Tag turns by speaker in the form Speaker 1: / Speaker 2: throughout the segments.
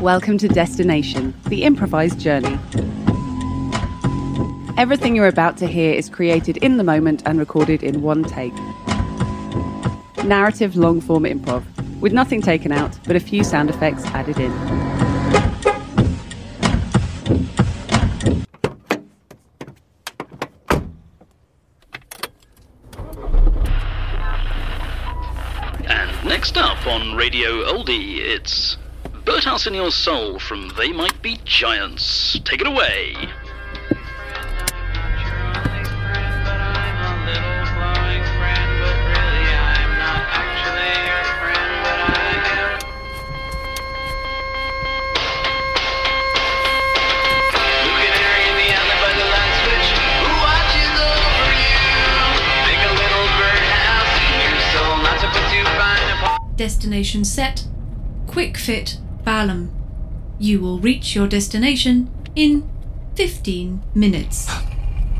Speaker 1: Welcome to Destination, the improvised journey. Everything you're about to hear is created in the moment and recorded in one take. Narrative long form improv, with nothing taken out but a few sound effects added in.
Speaker 2: And next up on Radio Oldie, it's Birdhouse in Your Soul from They Might Be Giants. Take it away.
Speaker 3: Destination set. Quick fit Balam. You will reach your destination in 15 minutes.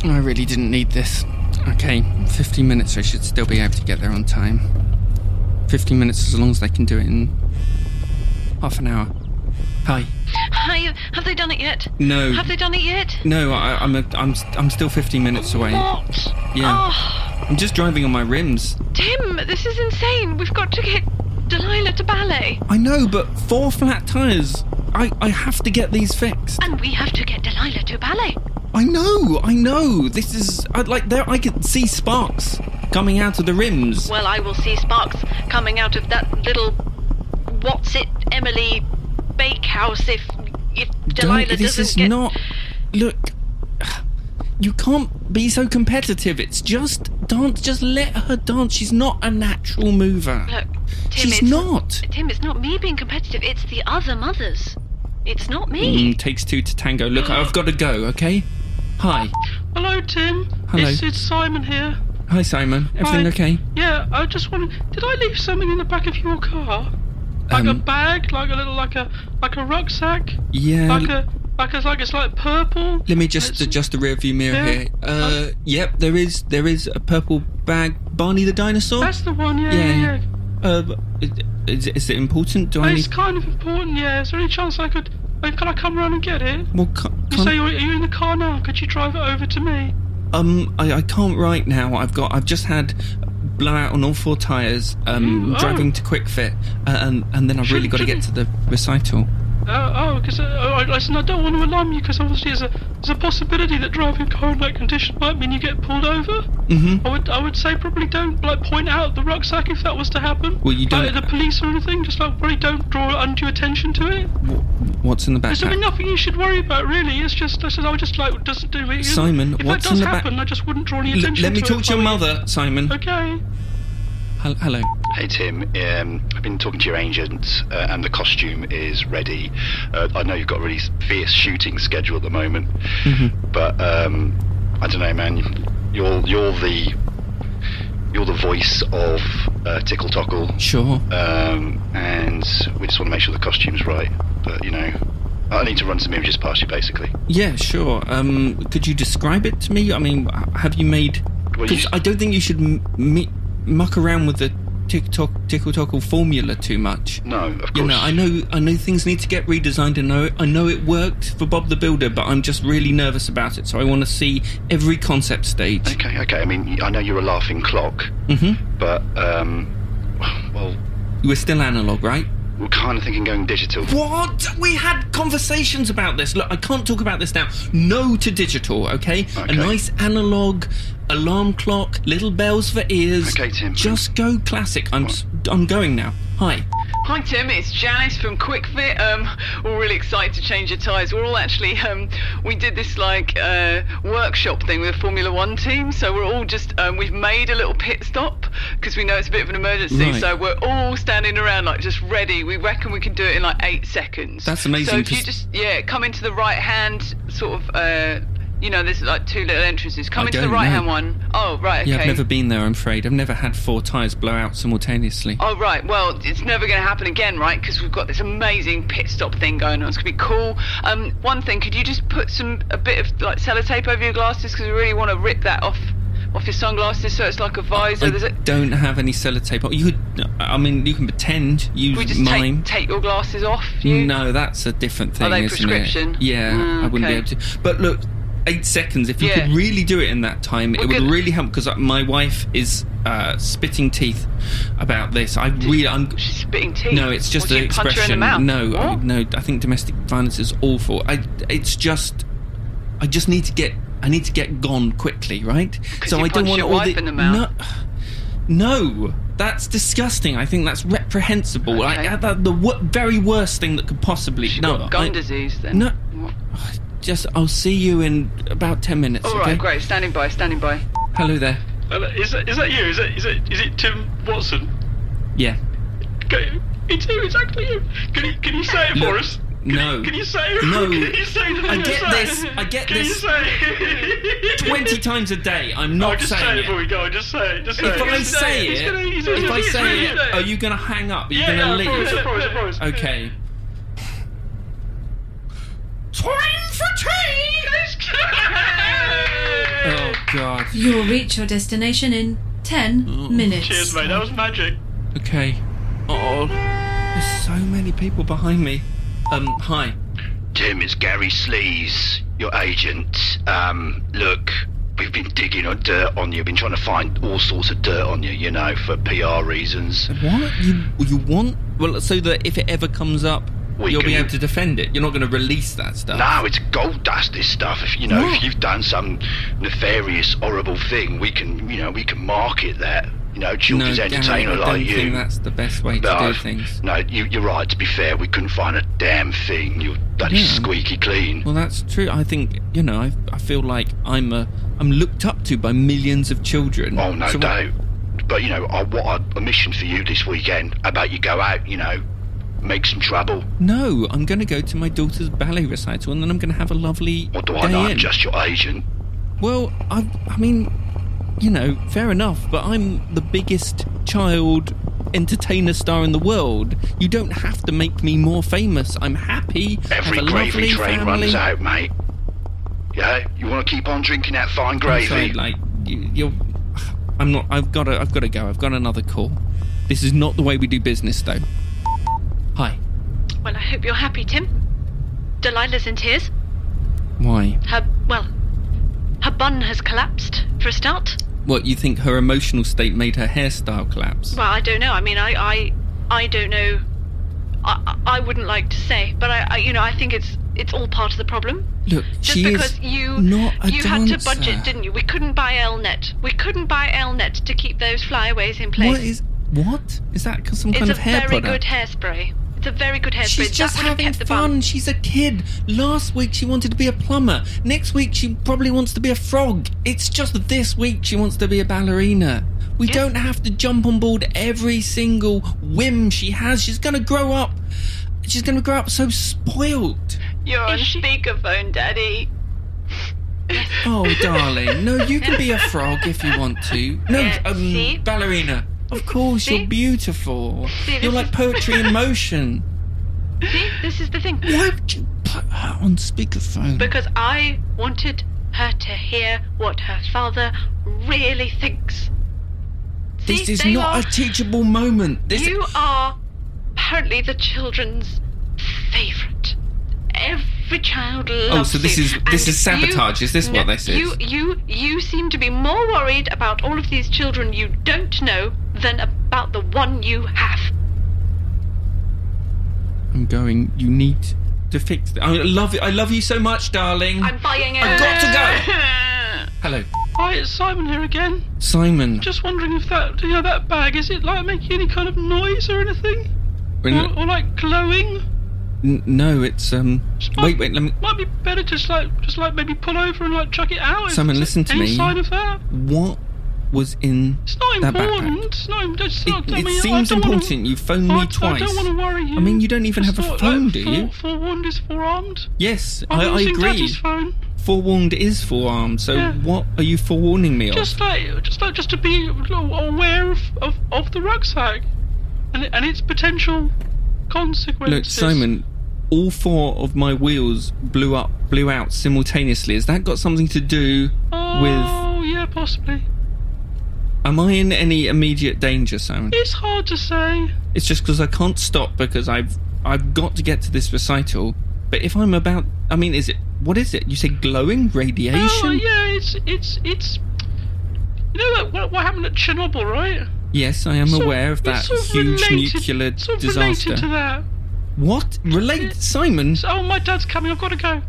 Speaker 4: I really didn't need this. Okay, 15 minutes, I should still be able to get there on time. 15 minutes as long as they can do it in half an hour. Hi.
Speaker 5: Hi, have they done it yet?
Speaker 4: No.
Speaker 5: Have they done it yet?
Speaker 4: No, I, I'm, a, I'm, I'm still 15 minutes away.
Speaker 5: What?
Speaker 4: Yeah.
Speaker 5: Oh,
Speaker 4: I'm just driving on my rims.
Speaker 5: Tim, this is insane. We've got to get Delilah to ballet.
Speaker 4: I know, but four flat tyres. I, I have to get these fixed.
Speaker 5: And we have to get Delilah to ballet.
Speaker 4: I know, I know. This is I, like there. I can see sparks coming out of the rims.
Speaker 5: Well, I will see sparks coming out of that little. What's it, Emily? Bakehouse if. If Delilah
Speaker 4: Don't- this
Speaker 5: doesn't
Speaker 4: is
Speaker 5: get.
Speaker 4: not. Look, you can't be so competitive. It's just dance. Just let her dance. She's not a natural mover.
Speaker 5: Look, Tim,
Speaker 4: She's
Speaker 5: it's,
Speaker 4: not.
Speaker 5: Tim, it's not me being competitive, it's the other mothers. It's not me.
Speaker 4: Mm, takes two to tango. Look, I've got to go. Okay. Hi,
Speaker 6: Hello, Tim.
Speaker 4: Hello.
Speaker 6: It's, it's Simon here.
Speaker 4: hi, Simon. Everything
Speaker 6: Hi.
Speaker 4: okay?
Speaker 6: Yeah, I just wanted. Did I leave something in the back of your car? Like a
Speaker 4: Um, uh,
Speaker 6: bag, like a little, like a, like a rucksack,
Speaker 4: Yeah.
Speaker 6: like a, like a, like it's like purple.
Speaker 4: Let me just adjust the rearview mirror
Speaker 6: Yeah.
Speaker 4: here. Uh, yep, there is there is a purple bag. Barney the dinosaur.
Speaker 6: That's the one. Yeah,
Speaker 4: Yeah,
Speaker 6: yeah.
Speaker 4: yeah.
Speaker 6: yeah.
Speaker 4: Uh, is, is it important? Do I
Speaker 6: It's
Speaker 4: need?
Speaker 6: kind of important. Yeah. Is there any chance I could? uh, Can I come round and get it?
Speaker 4: Well, can
Speaker 6: You say you're, are you in the car now? Could you drive it over to me?
Speaker 4: um, I, I can't right now. I've got. I've just had blowout on all four tires. Um,
Speaker 6: Mm, oh.
Speaker 4: driving to quick fit, uh, and and then I've really
Speaker 6: Shouldn't-
Speaker 4: got to get to the recital.
Speaker 6: Uh, oh, because uh, I, listen, I don't want to alarm you, because obviously there's a, there's a possibility that driving a car in that condition might mean you get pulled over.
Speaker 4: Mm-hmm.
Speaker 6: I would, I would say probably don't like point out the rucksack if that was to happen.
Speaker 4: Well, you
Speaker 6: Like,
Speaker 4: don't-
Speaker 6: the police or anything. Just like really don't draw undue attention to it.
Speaker 4: What's in the
Speaker 6: There's really
Speaker 4: backpack?
Speaker 6: nothing you should worry about really. It's just I said I would just like doesn't do it.
Speaker 4: Simon,
Speaker 6: if
Speaker 4: what's
Speaker 6: that
Speaker 4: in
Speaker 6: does
Speaker 4: the back-
Speaker 6: happen, I just wouldn't draw any
Speaker 4: L-
Speaker 6: attention.
Speaker 4: let me
Speaker 6: to
Speaker 4: talk
Speaker 6: it.
Speaker 4: to your mother, Simon.
Speaker 6: Okay.
Speaker 4: Hel- Hello.
Speaker 7: Hey Tim, um, I've been talking to your agent, uh, and the costume is ready. Uh, I know you've got a really fierce shooting schedule at the moment, but um, I don't know, man. You're you're the you're the voice of uh, Tickle Tockle,
Speaker 4: Sure.
Speaker 7: um, and we just want to make sure the costume's right. But you know, I need to run some images past you, basically.
Speaker 4: Yeah, sure. Um, could you describe it to me? I mean, h- have you made?
Speaker 7: Well,
Speaker 4: Because
Speaker 7: you-
Speaker 4: I don't think you should m- mi- muck around with the TikTok tickle tockle formula too much.
Speaker 7: No, of course.
Speaker 4: You know, I know, I know things need to get redesigned. I know, I know it worked for Bob the Builder, but I'm just really nervous about it. So I want to see every concept stage.
Speaker 7: Okay, okay. I mean, I know you're a laughing clock,
Speaker 4: Mm-hmm.
Speaker 7: but um, well,
Speaker 4: We're still analog, right?
Speaker 7: we're kind of thinking going digital.
Speaker 4: What? We had conversations about this. Look, I can't talk about this now. No to digital, okay? A
Speaker 7: Okay.
Speaker 4: nice analog alarm clock, little bells for ears.
Speaker 7: Okay, Tim.
Speaker 4: Just go classic. I'm s- I'm going now. Hi.
Speaker 8: Hi Tim, it's Janice from Quick Fit. Um, we're really excited to change your tyres. We're all actually um, we did this like uh, workshop thing with the Formula One team, so we're all just um, we've made a little pit stop because we know it's a bit of an emergency.
Speaker 4: Right.
Speaker 8: So we're all standing around like just ready. We reckon we can do it in like eight seconds.
Speaker 4: That's amazing,
Speaker 8: So if
Speaker 4: 'cause-
Speaker 8: you just yeah come into the right hand sort of uh, you know there's like two little entrances. Come
Speaker 4: I
Speaker 8: into the
Speaker 4: don't know.
Speaker 8: right hand one. Oh right.
Speaker 4: Yeah,
Speaker 8: okay.
Speaker 4: I've never been there, I'm afraid. I've never had four tyres blow out simultaneously.
Speaker 8: Oh, right. Well, it's never going to happen again, right? Because we've got this amazing pit stop thing going on. It's going to be cool. Um, one thing, could you just put some a bit of like sellotape over your glasses? Because we really want to rip that off off your sunglasses so it's like a visor.
Speaker 4: I
Speaker 8: There's a,
Speaker 4: don't have any sellotape. on. You could, I mean, you can pretend. Use
Speaker 8: we just
Speaker 4: mime.
Speaker 8: take, take your glasses off. You?
Speaker 4: No, that's a different thing.
Speaker 8: Are they
Speaker 4: isn't
Speaker 8: prescription?
Speaker 4: It? Yeah,
Speaker 8: Mm,
Speaker 4: I wouldn't be
Speaker 8: okay.
Speaker 4: able to. But look, eight seconds. If you
Speaker 8: Yeah.
Speaker 4: could really do it in that time, it
Speaker 8: We're
Speaker 4: would
Speaker 8: good.
Speaker 4: really help because my wife is uh, spitting teeth about this. I really, I'm.
Speaker 8: She's spitting teeth.
Speaker 4: No, it's just
Speaker 8: What, do
Speaker 4: an
Speaker 8: you punch her
Speaker 4: expression.
Speaker 8: in the mouth?
Speaker 4: No, I,
Speaker 8: What?
Speaker 4: no. I think domestic violence is awful. I. It's just. I just need to get. I need to get gone quickly, right? So
Speaker 8: you
Speaker 4: I don't
Speaker 8: punched
Speaker 4: want
Speaker 8: your
Speaker 4: all
Speaker 8: wife
Speaker 4: the,
Speaker 8: in the mouth.
Speaker 4: No, no, that's disgusting. I think that's reprehensible.
Speaker 8: Okay.
Speaker 4: I, that, the wo- very worst thing that could possibly.
Speaker 8: She's
Speaker 4: no,
Speaker 8: got gum
Speaker 4: I-
Speaker 8: disease then.
Speaker 4: No,
Speaker 8: What?
Speaker 4: just I'll see you in about ten minutes.
Speaker 8: All
Speaker 4: okay?
Speaker 8: right, great. Standing by, standing by.
Speaker 4: Hello there.
Speaker 6: Hello, Is that, is that you? Is it, is it, is it Tim Watson?
Speaker 4: Yeah.
Speaker 6: Go, it's him, it's actually him. Can you, can you say it for
Speaker 4: Look,
Speaker 6: us? Can
Speaker 4: no.
Speaker 6: You, can you say it?
Speaker 4: No.
Speaker 6: Can you say the
Speaker 4: I
Speaker 6: thing
Speaker 4: get
Speaker 6: you say?
Speaker 4: this, I get
Speaker 6: can
Speaker 4: this
Speaker 6: you say it?
Speaker 4: Twenty times a day. I'm
Speaker 6: Oh,
Speaker 4: not
Speaker 6: just say
Speaker 4: saying
Speaker 6: it
Speaker 4: it.
Speaker 6: before we go. Just say it. Just say
Speaker 4: If
Speaker 6: it.
Speaker 4: I
Speaker 6: Just
Speaker 4: say
Speaker 6: He's gonna,
Speaker 4: it,
Speaker 6: he's gonna,
Speaker 4: if I
Speaker 6: he's gonna
Speaker 4: say it,
Speaker 6: say
Speaker 4: are you gonna hang up? Are you
Speaker 6: Yeah, yeah,
Speaker 4: gonna
Speaker 6: I
Speaker 4: leave?
Speaker 6: promise, I promise, I promise.
Speaker 4: Okay. Time for tea! Oh god.
Speaker 3: You will reach your destination in 10 minutes.
Speaker 6: Cheers, mate. That was magic.
Speaker 4: Okay. Oh, there's so many people behind me. Um, hi.
Speaker 7: Tim, it's Gary Sleaze, your agent. Um, look, we've been digging on dirt on you, been trying to find all sorts of dirt on you, you know, for PR reasons.
Speaker 4: What you you want? Well, so that if it ever comes up,
Speaker 7: We
Speaker 4: you'll be
Speaker 7: can-
Speaker 4: able to defend it. You're not going to release that stuff.
Speaker 7: No, it's gold dust, this stuff. If you know, if you've done some nefarious, horrible thing, we can, you know, we can market that. You know,
Speaker 4: no,
Speaker 7: children's
Speaker 4: Gary, I
Speaker 7: entertainer
Speaker 4: don't
Speaker 7: like you.
Speaker 4: think that's the best way to
Speaker 7: no,
Speaker 4: do things.
Speaker 7: no, you, you're right. To be fair, we couldn't find a damn thing. You're bloody
Speaker 4: Yeah.
Speaker 7: squeaky clean.
Speaker 4: Well, that's true. I think you know. I, I feel like I'm a I'm looked up to by millions of children.
Speaker 7: Oh no,
Speaker 4: So what-
Speaker 7: don't. But you know, I want a, a mission for you this weekend. How about you go out? You know, make some trouble.
Speaker 4: No, I'm going to go to my daughter's ballet recital, and then I'm going to have a lovely
Speaker 7: What do
Speaker 4: day
Speaker 7: I know?
Speaker 4: in.
Speaker 7: I'm just your agent.
Speaker 4: Well, I I mean, you know, fair enough. But I'm the biggest child entertainer star in the world. You don't have to make me more famous. I'm happy.
Speaker 7: Every
Speaker 4: have a
Speaker 7: gravy
Speaker 4: lovely
Speaker 7: train
Speaker 4: family.
Speaker 7: runs out, mate. Yeah, you want to keep on drinking that fine
Speaker 4: I'm
Speaker 7: gravy?
Speaker 4: sorry, like you, you're. I'm not. I've got to. I've got to go. I've got another call. This is not the way we do business, though. Hi.
Speaker 5: Well, I hope you're happy, Tim. Delilah's in tears.
Speaker 4: Why?
Speaker 5: Her, well, her bun has collapsed, for a start.
Speaker 4: What you think her emotional state made her hairstyle collapse?
Speaker 5: Well, I don't know. I mean, I, I, I don't know. I, I I wouldn't like to say, but I, I, you know, I think it's it's all part of the problem.
Speaker 4: Look,
Speaker 5: Just
Speaker 4: she
Speaker 5: because
Speaker 4: is
Speaker 5: you
Speaker 4: not a
Speaker 5: you had to budget,
Speaker 4: dancer.
Speaker 5: didn't you? We couldn't buy Elnet. We couldn't buy Elnet to keep those flyaways in place.
Speaker 4: What is? What is that? Some
Speaker 5: it's
Speaker 4: kind
Speaker 5: a
Speaker 4: of hair
Speaker 5: very
Speaker 4: product?
Speaker 5: good hairspray. It's a very good hairspray.
Speaker 4: She's
Speaker 5: That
Speaker 4: just
Speaker 5: would have
Speaker 4: having
Speaker 5: kept the
Speaker 4: fun.
Speaker 5: bun.
Speaker 4: She's a kid. Last week she wanted to be a plumber. Next week she probably wants to be a frog. It's just this week she wants to be a ballerina. We
Speaker 5: Yeah.
Speaker 4: don't have to jump on board every single whim she has. She's going to grow up. She's going to grow up so spoiled.
Speaker 8: You're on
Speaker 5: Is she-
Speaker 8: speakerphone, Daddy.
Speaker 4: Oh, darling. No, you can be a frog if you want to. No,
Speaker 5: Yeah, see?
Speaker 4: um, ballerina. Of course,
Speaker 5: See?
Speaker 4: you're beautiful.
Speaker 5: See,
Speaker 4: you're
Speaker 5: this
Speaker 4: like
Speaker 5: is-
Speaker 4: poetry in motion.
Speaker 5: See, this is the thing.
Speaker 4: Why would you put her on speakerphone?
Speaker 5: Because I wanted her to hear what her father really thinks. See,
Speaker 4: This is
Speaker 5: they
Speaker 4: not
Speaker 5: are,
Speaker 4: a teachable moment. This
Speaker 5: You are apparently the children's favourite. Every child loves
Speaker 4: Oh, so this
Speaker 5: you.
Speaker 4: is- this
Speaker 5: And
Speaker 4: is sabotage,
Speaker 5: you-
Speaker 4: is this what
Speaker 5: no,
Speaker 4: this
Speaker 5: You
Speaker 4: is?
Speaker 5: you you seem to be more worried about all of these children you don't know than about the one you have.
Speaker 4: I'm going. You need to fix it. I love it. I love you so much, darling.
Speaker 5: I'm buying it.
Speaker 4: I've got to go. Hello,
Speaker 6: Hi, it's Simon here again.
Speaker 4: Simon.
Speaker 6: Just wondering if that, you know, that bag, is it like making any kind of noise or anything? Or, or like glowing?
Speaker 4: N- no, it's um.
Speaker 6: Spot-
Speaker 4: Wait, wait. Let me.
Speaker 6: Might be better just like, just like maybe pull over and like chuck it out. if
Speaker 4: Simon,
Speaker 6: there's
Speaker 4: listen to
Speaker 6: any
Speaker 4: me.
Speaker 6: sign of that?
Speaker 4: What was in?
Speaker 6: It's not
Speaker 4: That backpack.
Speaker 6: important. It's not, it's not,
Speaker 4: It,
Speaker 6: I
Speaker 4: it
Speaker 6: mean, I
Speaker 4: seems
Speaker 6: don't wanna-
Speaker 4: important. You phoned
Speaker 6: I-
Speaker 4: me twice.
Speaker 6: I don't want to worry you.
Speaker 4: I mean, you don't even
Speaker 6: Just
Speaker 4: have a
Speaker 6: thought,
Speaker 4: phone,
Speaker 6: like,
Speaker 4: do
Speaker 6: fore-
Speaker 4: you?
Speaker 6: Forewarned is forearmed.
Speaker 4: Yes,
Speaker 6: I've
Speaker 4: I,
Speaker 6: not
Speaker 4: I
Speaker 6: seen
Speaker 4: agree.
Speaker 6: Daddy's phone.
Speaker 4: Forewarned is forearmed. So
Speaker 6: Yeah.
Speaker 4: what are you forewarning me of?
Speaker 6: Just like, just like, just to be aware of, of, of the rucksack and and its potential consequences.
Speaker 4: Look, Simon, all four of my wheels blew up, blew out simultaneously. Has that got something to do
Speaker 6: Oh, yeah, possibly.
Speaker 4: with Am I in any immediate danger, Simon?
Speaker 6: It's hard to say.
Speaker 4: It's just because I can't stop because I've I've got to get to this recital. But if I'm about, I mean, is it what is it? You say glowing radiation?
Speaker 6: Oh, yeah, it's it's it's. You know that, what, what happened at Chernobyl, right?
Speaker 4: Yes, I am
Speaker 6: Sort-
Speaker 4: aware of
Speaker 6: it's
Speaker 4: that
Speaker 6: sort of
Speaker 4: huge
Speaker 6: related-
Speaker 4: nuclear
Speaker 6: sort of
Speaker 4: disaster.
Speaker 6: Related to that.
Speaker 4: What relate, Simon?
Speaker 6: So, oh, my dad's coming. I've got to go.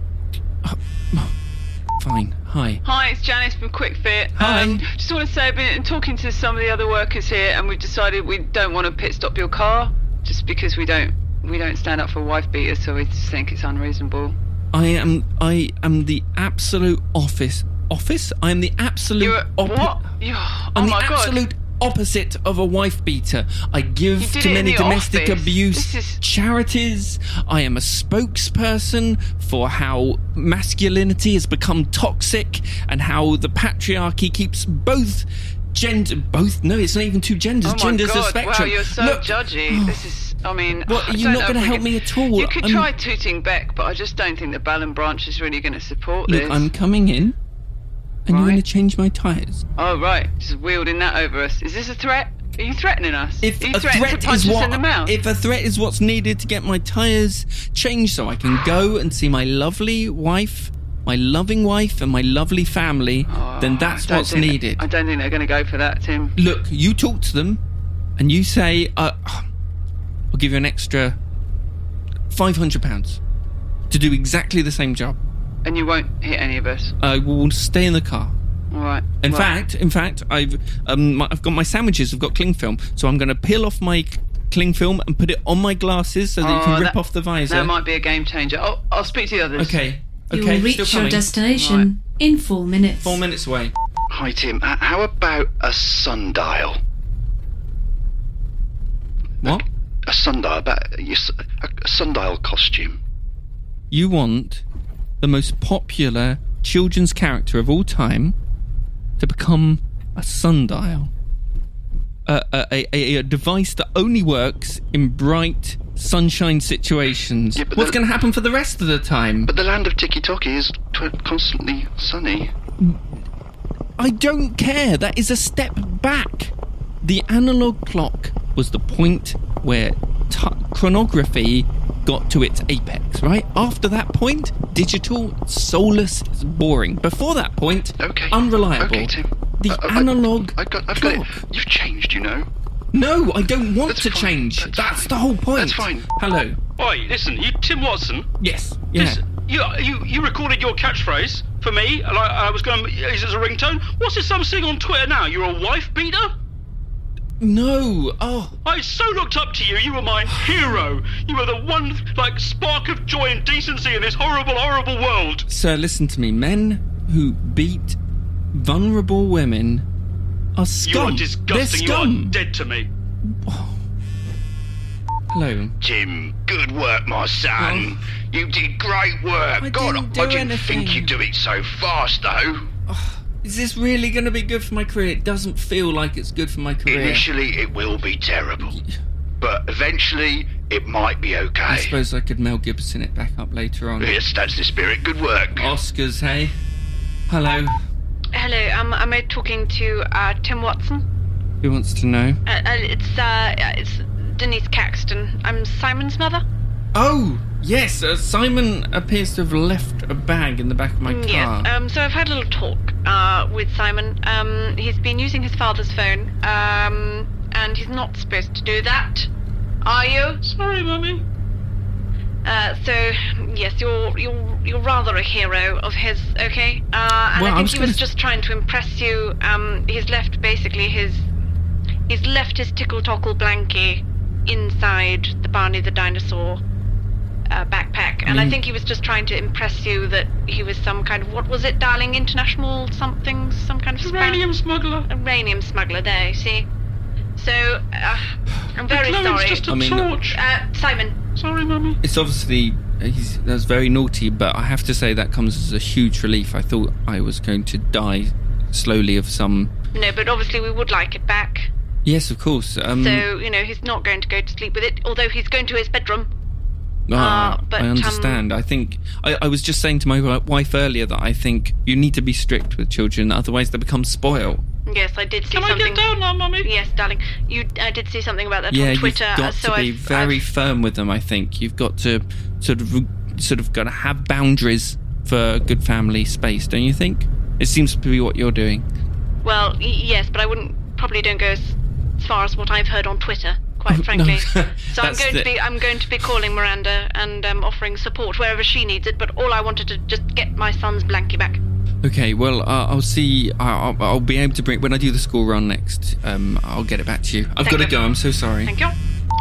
Speaker 4: Fine. Hi.
Speaker 8: Hi, it's Janice from Quick Fit.
Speaker 4: Hi.
Speaker 8: just want to say I've been talking to some of the other workers here, and we've decided we don't want to pit stop your car just because we don't we don't stand up for wife beaters, so we just think it's unreasonable.
Speaker 4: I am. I am the absolute office. Office. I am the absolute.
Speaker 8: You're
Speaker 4: oppo-
Speaker 8: what? You're, oh
Speaker 4: I'm
Speaker 8: my
Speaker 4: the
Speaker 8: god!
Speaker 4: absolute opposite of a wife beater. I
Speaker 8: You
Speaker 4: give
Speaker 8: did
Speaker 4: to
Speaker 8: it in
Speaker 4: many
Speaker 8: the
Speaker 4: domestic
Speaker 8: office.
Speaker 4: abuse
Speaker 8: This is-
Speaker 4: charities. I am a spokesperson for how masculinity has become toxic and how the patriarchy keeps both gender both no it's not even two genders
Speaker 8: Oh my
Speaker 4: genders are
Speaker 8: god! Wow,
Speaker 4: spectrum
Speaker 8: you're so
Speaker 4: Look-
Speaker 8: judgy. This is. I mean,
Speaker 4: Well,
Speaker 8: I
Speaker 4: you're
Speaker 8: don't
Speaker 4: not
Speaker 8: know
Speaker 4: gonna
Speaker 8: if we
Speaker 4: help
Speaker 8: can-
Speaker 4: me at all. Um,
Speaker 8: You could
Speaker 4: I'm-
Speaker 8: try tooting back, but I just don't think the Ballon Branch is really going to support
Speaker 4: look
Speaker 8: this.
Speaker 4: i'm coming in and you're
Speaker 8: Right.
Speaker 4: going to change my tires
Speaker 8: Oh right, just wielding that over us. Is this a threat? Are you threatening us?
Speaker 4: If
Speaker 8: Are you
Speaker 4: a
Speaker 8: threatening
Speaker 4: threat
Speaker 8: to punch
Speaker 4: is
Speaker 8: us
Speaker 4: what,
Speaker 8: in the mouth?
Speaker 4: if a threat is what's needed to get my tires changed, so I can go and see my lovely wife, my loving wife, and my lovely family, then that's
Speaker 8: I don't
Speaker 4: what's
Speaker 8: think-
Speaker 4: needed.
Speaker 8: I don't think they're going to go for that, Tim.
Speaker 4: Look, you talk to them, and you say, uh, "I'll give you an extra five hundred pounds to do exactly the same job."
Speaker 8: And you won't hit any of us.
Speaker 4: I will stay in the car.
Speaker 8: All right.
Speaker 4: In
Speaker 8: Well,
Speaker 4: fact, in fact, I've um, my, I've got my sandwiches. I've got cling film, so I'm going to peel off my cling film and put it on my glasses so that you
Speaker 8: oh,
Speaker 4: can rip
Speaker 8: that-
Speaker 4: off the visor.
Speaker 8: That might be a game changer. Oh, I'll speak to the others.
Speaker 4: Okay.
Speaker 3: You
Speaker 4: Okay.
Speaker 3: will
Speaker 4: Still
Speaker 3: reach your
Speaker 4: coming.
Speaker 3: destination in four minutes.
Speaker 4: Four minutes away.
Speaker 7: Hi, Tim. H- how about a sundial?
Speaker 4: What?
Speaker 7: A sundial, about you s- a, a sundial costume.
Speaker 4: You want the most popular children's character of all time to become a sundial, a a, a, a, a device that only works in bright sunshine situations.
Speaker 7: Yeah, but
Speaker 4: What's
Speaker 7: the-
Speaker 4: going to happen for the rest of the time?
Speaker 7: But the land of Tiki Toki is tw- constantly sunny.
Speaker 4: I don't care. That is a step back. The analog clock was the point where t- chronography got to its apex, right? After that point, digital, soulless, it's boring. Before that point,
Speaker 7: Okay.
Speaker 4: unreliable.
Speaker 7: Okay, Tim.
Speaker 4: The
Speaker 7: Uh, I-
Speaker 4: analog
Speaker 7: I, have got, I've
Speaker 4: clock.
Speaker 7: got it. You've changed, you know.
Speaker 4: No, I don't want
Speaker 7: That's
Speaker 4: to
Speaker 7: fine.
Speaker 4: change. That's,
Speaker 7: That's fine.
Speaker 4: the whole point.
Speaker 7: That's fine.
Speaker 4: Hello.
Speaker 6: Oi, listen, you Tim Watson.
Speaker 4: Yes. Yeah.
Speaker 6: This- you, you you recorded your catchphrase for me, and I, I was going. Is this a ringtone? What's this I'm seeing on Twitter now? You're a wife beater.
Speaker 4: No. Oh.
Speaker 6: I so looked up to you. You were my hero. You were the one like spark of joy and decency in this horrible, horrible world.
Speaker 4: Sir, listen to me. Men who beat vulnerable women are
Speaker 6: You
Speaker 4: scum.
Speaker 6: are disgusting.
Speaker 4: They're scum.
Speaker 6: You are dead to me.
Speaker 4: Hello.
Speaker 7: Tim, good work, my son. You did great work.
Speaker 4: I
Speaker 7: God,
Speaker 4: didn't
Speaker 7: I
Speaker 4: do
Speaker 7: didn't think
Speaker 4: anything.
Speaker 7: you'd do it so fast, though.
Speaker 4: Is this really going to be good for my career? It doesn't feel like it's good for my career.
Speaker 7: Initially, it will be terrible, but eventually, it might be
Speaker 4: I
Speaker 7: okay.
Speaker 4: suppose I could Mel Gibson it back up later on.
Speaker 7: Yes, that's the spirit. Good work.
Speaker 4: Oh. Oscars, hey? Hello.
Speaker 5: Hello, um, am I talking to uh, Tim Watson?
Speaker 4: Who wants to know?
Speaker 5: Uh, uh, it's uh, it's Denise Caxton. I'm Simon's mother.
Speaker 4: Oh, yes, uh, Simon appears to have left a bag in the back of my car.
Speaker 5: Yes. Um, so I've had a little talk uh, with Simon. Um, he's been using his father's phone, um, and he's not supposed to do that. Are you?
Speaker 6: Sorry, mummy.
Speaker 5: Uh, so yes, you're you're you're rather a hero of his, okay? Uh, and
Speaker 4: Well, I
Speaker 5: I think
Speaker 4: was
Speaker 5: he
Speaker 4: gonna
Speaker 5: was
Speaker 4: s-
Speaker 5: just trying to impress you. Um, he's left basically his he's left his tickle tockle blankie inside the Barney the dinosaur uh, backpack, and I
Speaker 4: mean-
Speaker 5: think he was just trying to impress you that he was some kind of what was it, darling? International something, some kind of spa-
Speaker 6: Uranium smuggler.
Speaker 5: uranium smuggler. There, you see. So uh, I'm very
Speaker 6: no,
Speaker 5: sorry,
Speaker 6: it's just a
Speaker 4: I mean-
Speaker 6: torch.
Speaker 5: uh, Simon.
Speaker 6: Sorry, mummy.
Speaker 4: It's obviously uh, he's that's very naughty, but I have to say that comes as a huge relief. I thought I was going to die slowly of some.
Speaker 5: No, but obviously we would like it back.
Speaker 4: Yes, of course. Um,
Speaker 5: So, you know, he's not going to go to sleep with it, although he's going to his bedroom.
Speaker 4: ah,
Speaker 5: uh, but,
Speaker 4: I
Speaker 5: um,
Speaker 4: understand. I think I, I was just saying to my wi- wife earlier that I think you need to be strict with children, otherwise they become spoiled.
Speaker 5: Yes, I did see
Speaker 6: Can I
Speaker 5: something.
Speaker 6: get down now, Mummy?
Speaker 5: Yes, darling. You, I did see something about that
Speaker 4: yeah,
Speaker 5: on
Speaker 4: you've
Speaker 5: Twitter. uh,
Speaker 4: got
Speaker 5: so
Speaker 4: to be
Speaker 5: I've,
Speaker 4: very
Speaker 5: I've-
Speaker 4: firm with them. I think you've got to sort of sort of got to have boundaries for good family space, don't you think? It seems to be what you're doing.
Speaker 5: well, y- yes, but I wouldn't probably don't go as, as far as what I've heard on Twitter, quite
Speaker 4: no.
Speaker 5: frankly. so I'm
Speaker 4: That's
Speaker 5: going
Speaker 4: the-
Speaker 5: to be I'm going to be calling Miranda and um, offering support wherever she needs it. But all I wanted to just get my son's blankie back.
Speaker 4: Okay, well, uh, I'll see. I- I'll, I'll be able to bring when I do the school run next. Um, I'll get it back to you. I've
Speaker 5: Thank
Speaker 4: got to
Speaker 5: you.
Speaker 4: go. I'm so sorry.
Speaker 5: Thank you.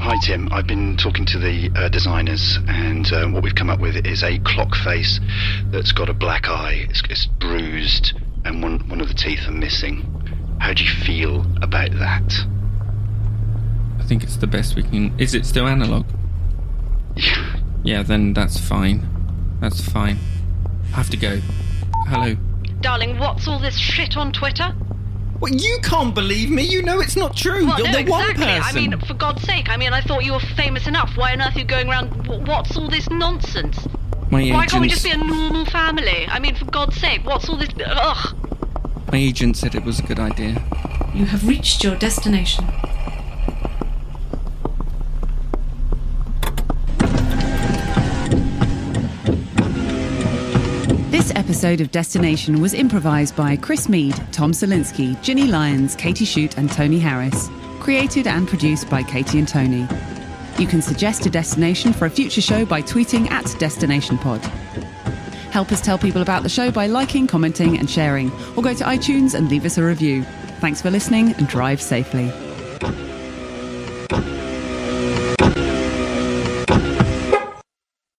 Speaker 7: Hi Tim, I've been talking to the uh, designers, and uh, what we've come up with is a clock face that's got a black eye. It's, it's bruised, and one one of the teeth are missing. How do you feel about that?
Speaker 4: I think it's the best we can. Is it still analog? Yeah, then that's fine. That's fine. I have to go. Hello.
Speaker 5: Darling, what's all this shit on Twitter?
Speaker 4: Well, you can't believe me. You know it's not true.
Speaker 5: Well,
Speaker 4: You're
Speaker 5: no,
Speaker 4: the one
Speaker 5: exactly. I
Speaker 4: person.
Speaker 5: mean, for God's sake, I mean, I thought you were famous enough. Why on earth are you going around? wh- What's all this nonsense?
Speaker 4: my
Speaker 5: Why
Speaker 4: agents,
Speaker 5: can't we just be a normal family? I mean, for God's sake, what's all this? Ugh.
Speaker 4: my agent said it was a good idea.
Speaker 3: You have reached your destination.
Speaker 1: This episode of Destination was improvised by Chris Mead, Tom Selinsky, Ginny Lyons, Katie Shute, and Tony Harris. Created and produced by Katie and Tony. You can suggest a destination for a future show by tweeting at Destination Pod. Help us tell people about the show by liking, commenting, and sharing, or go to iTunes and leave us a review. Thanks for listening and drive safely.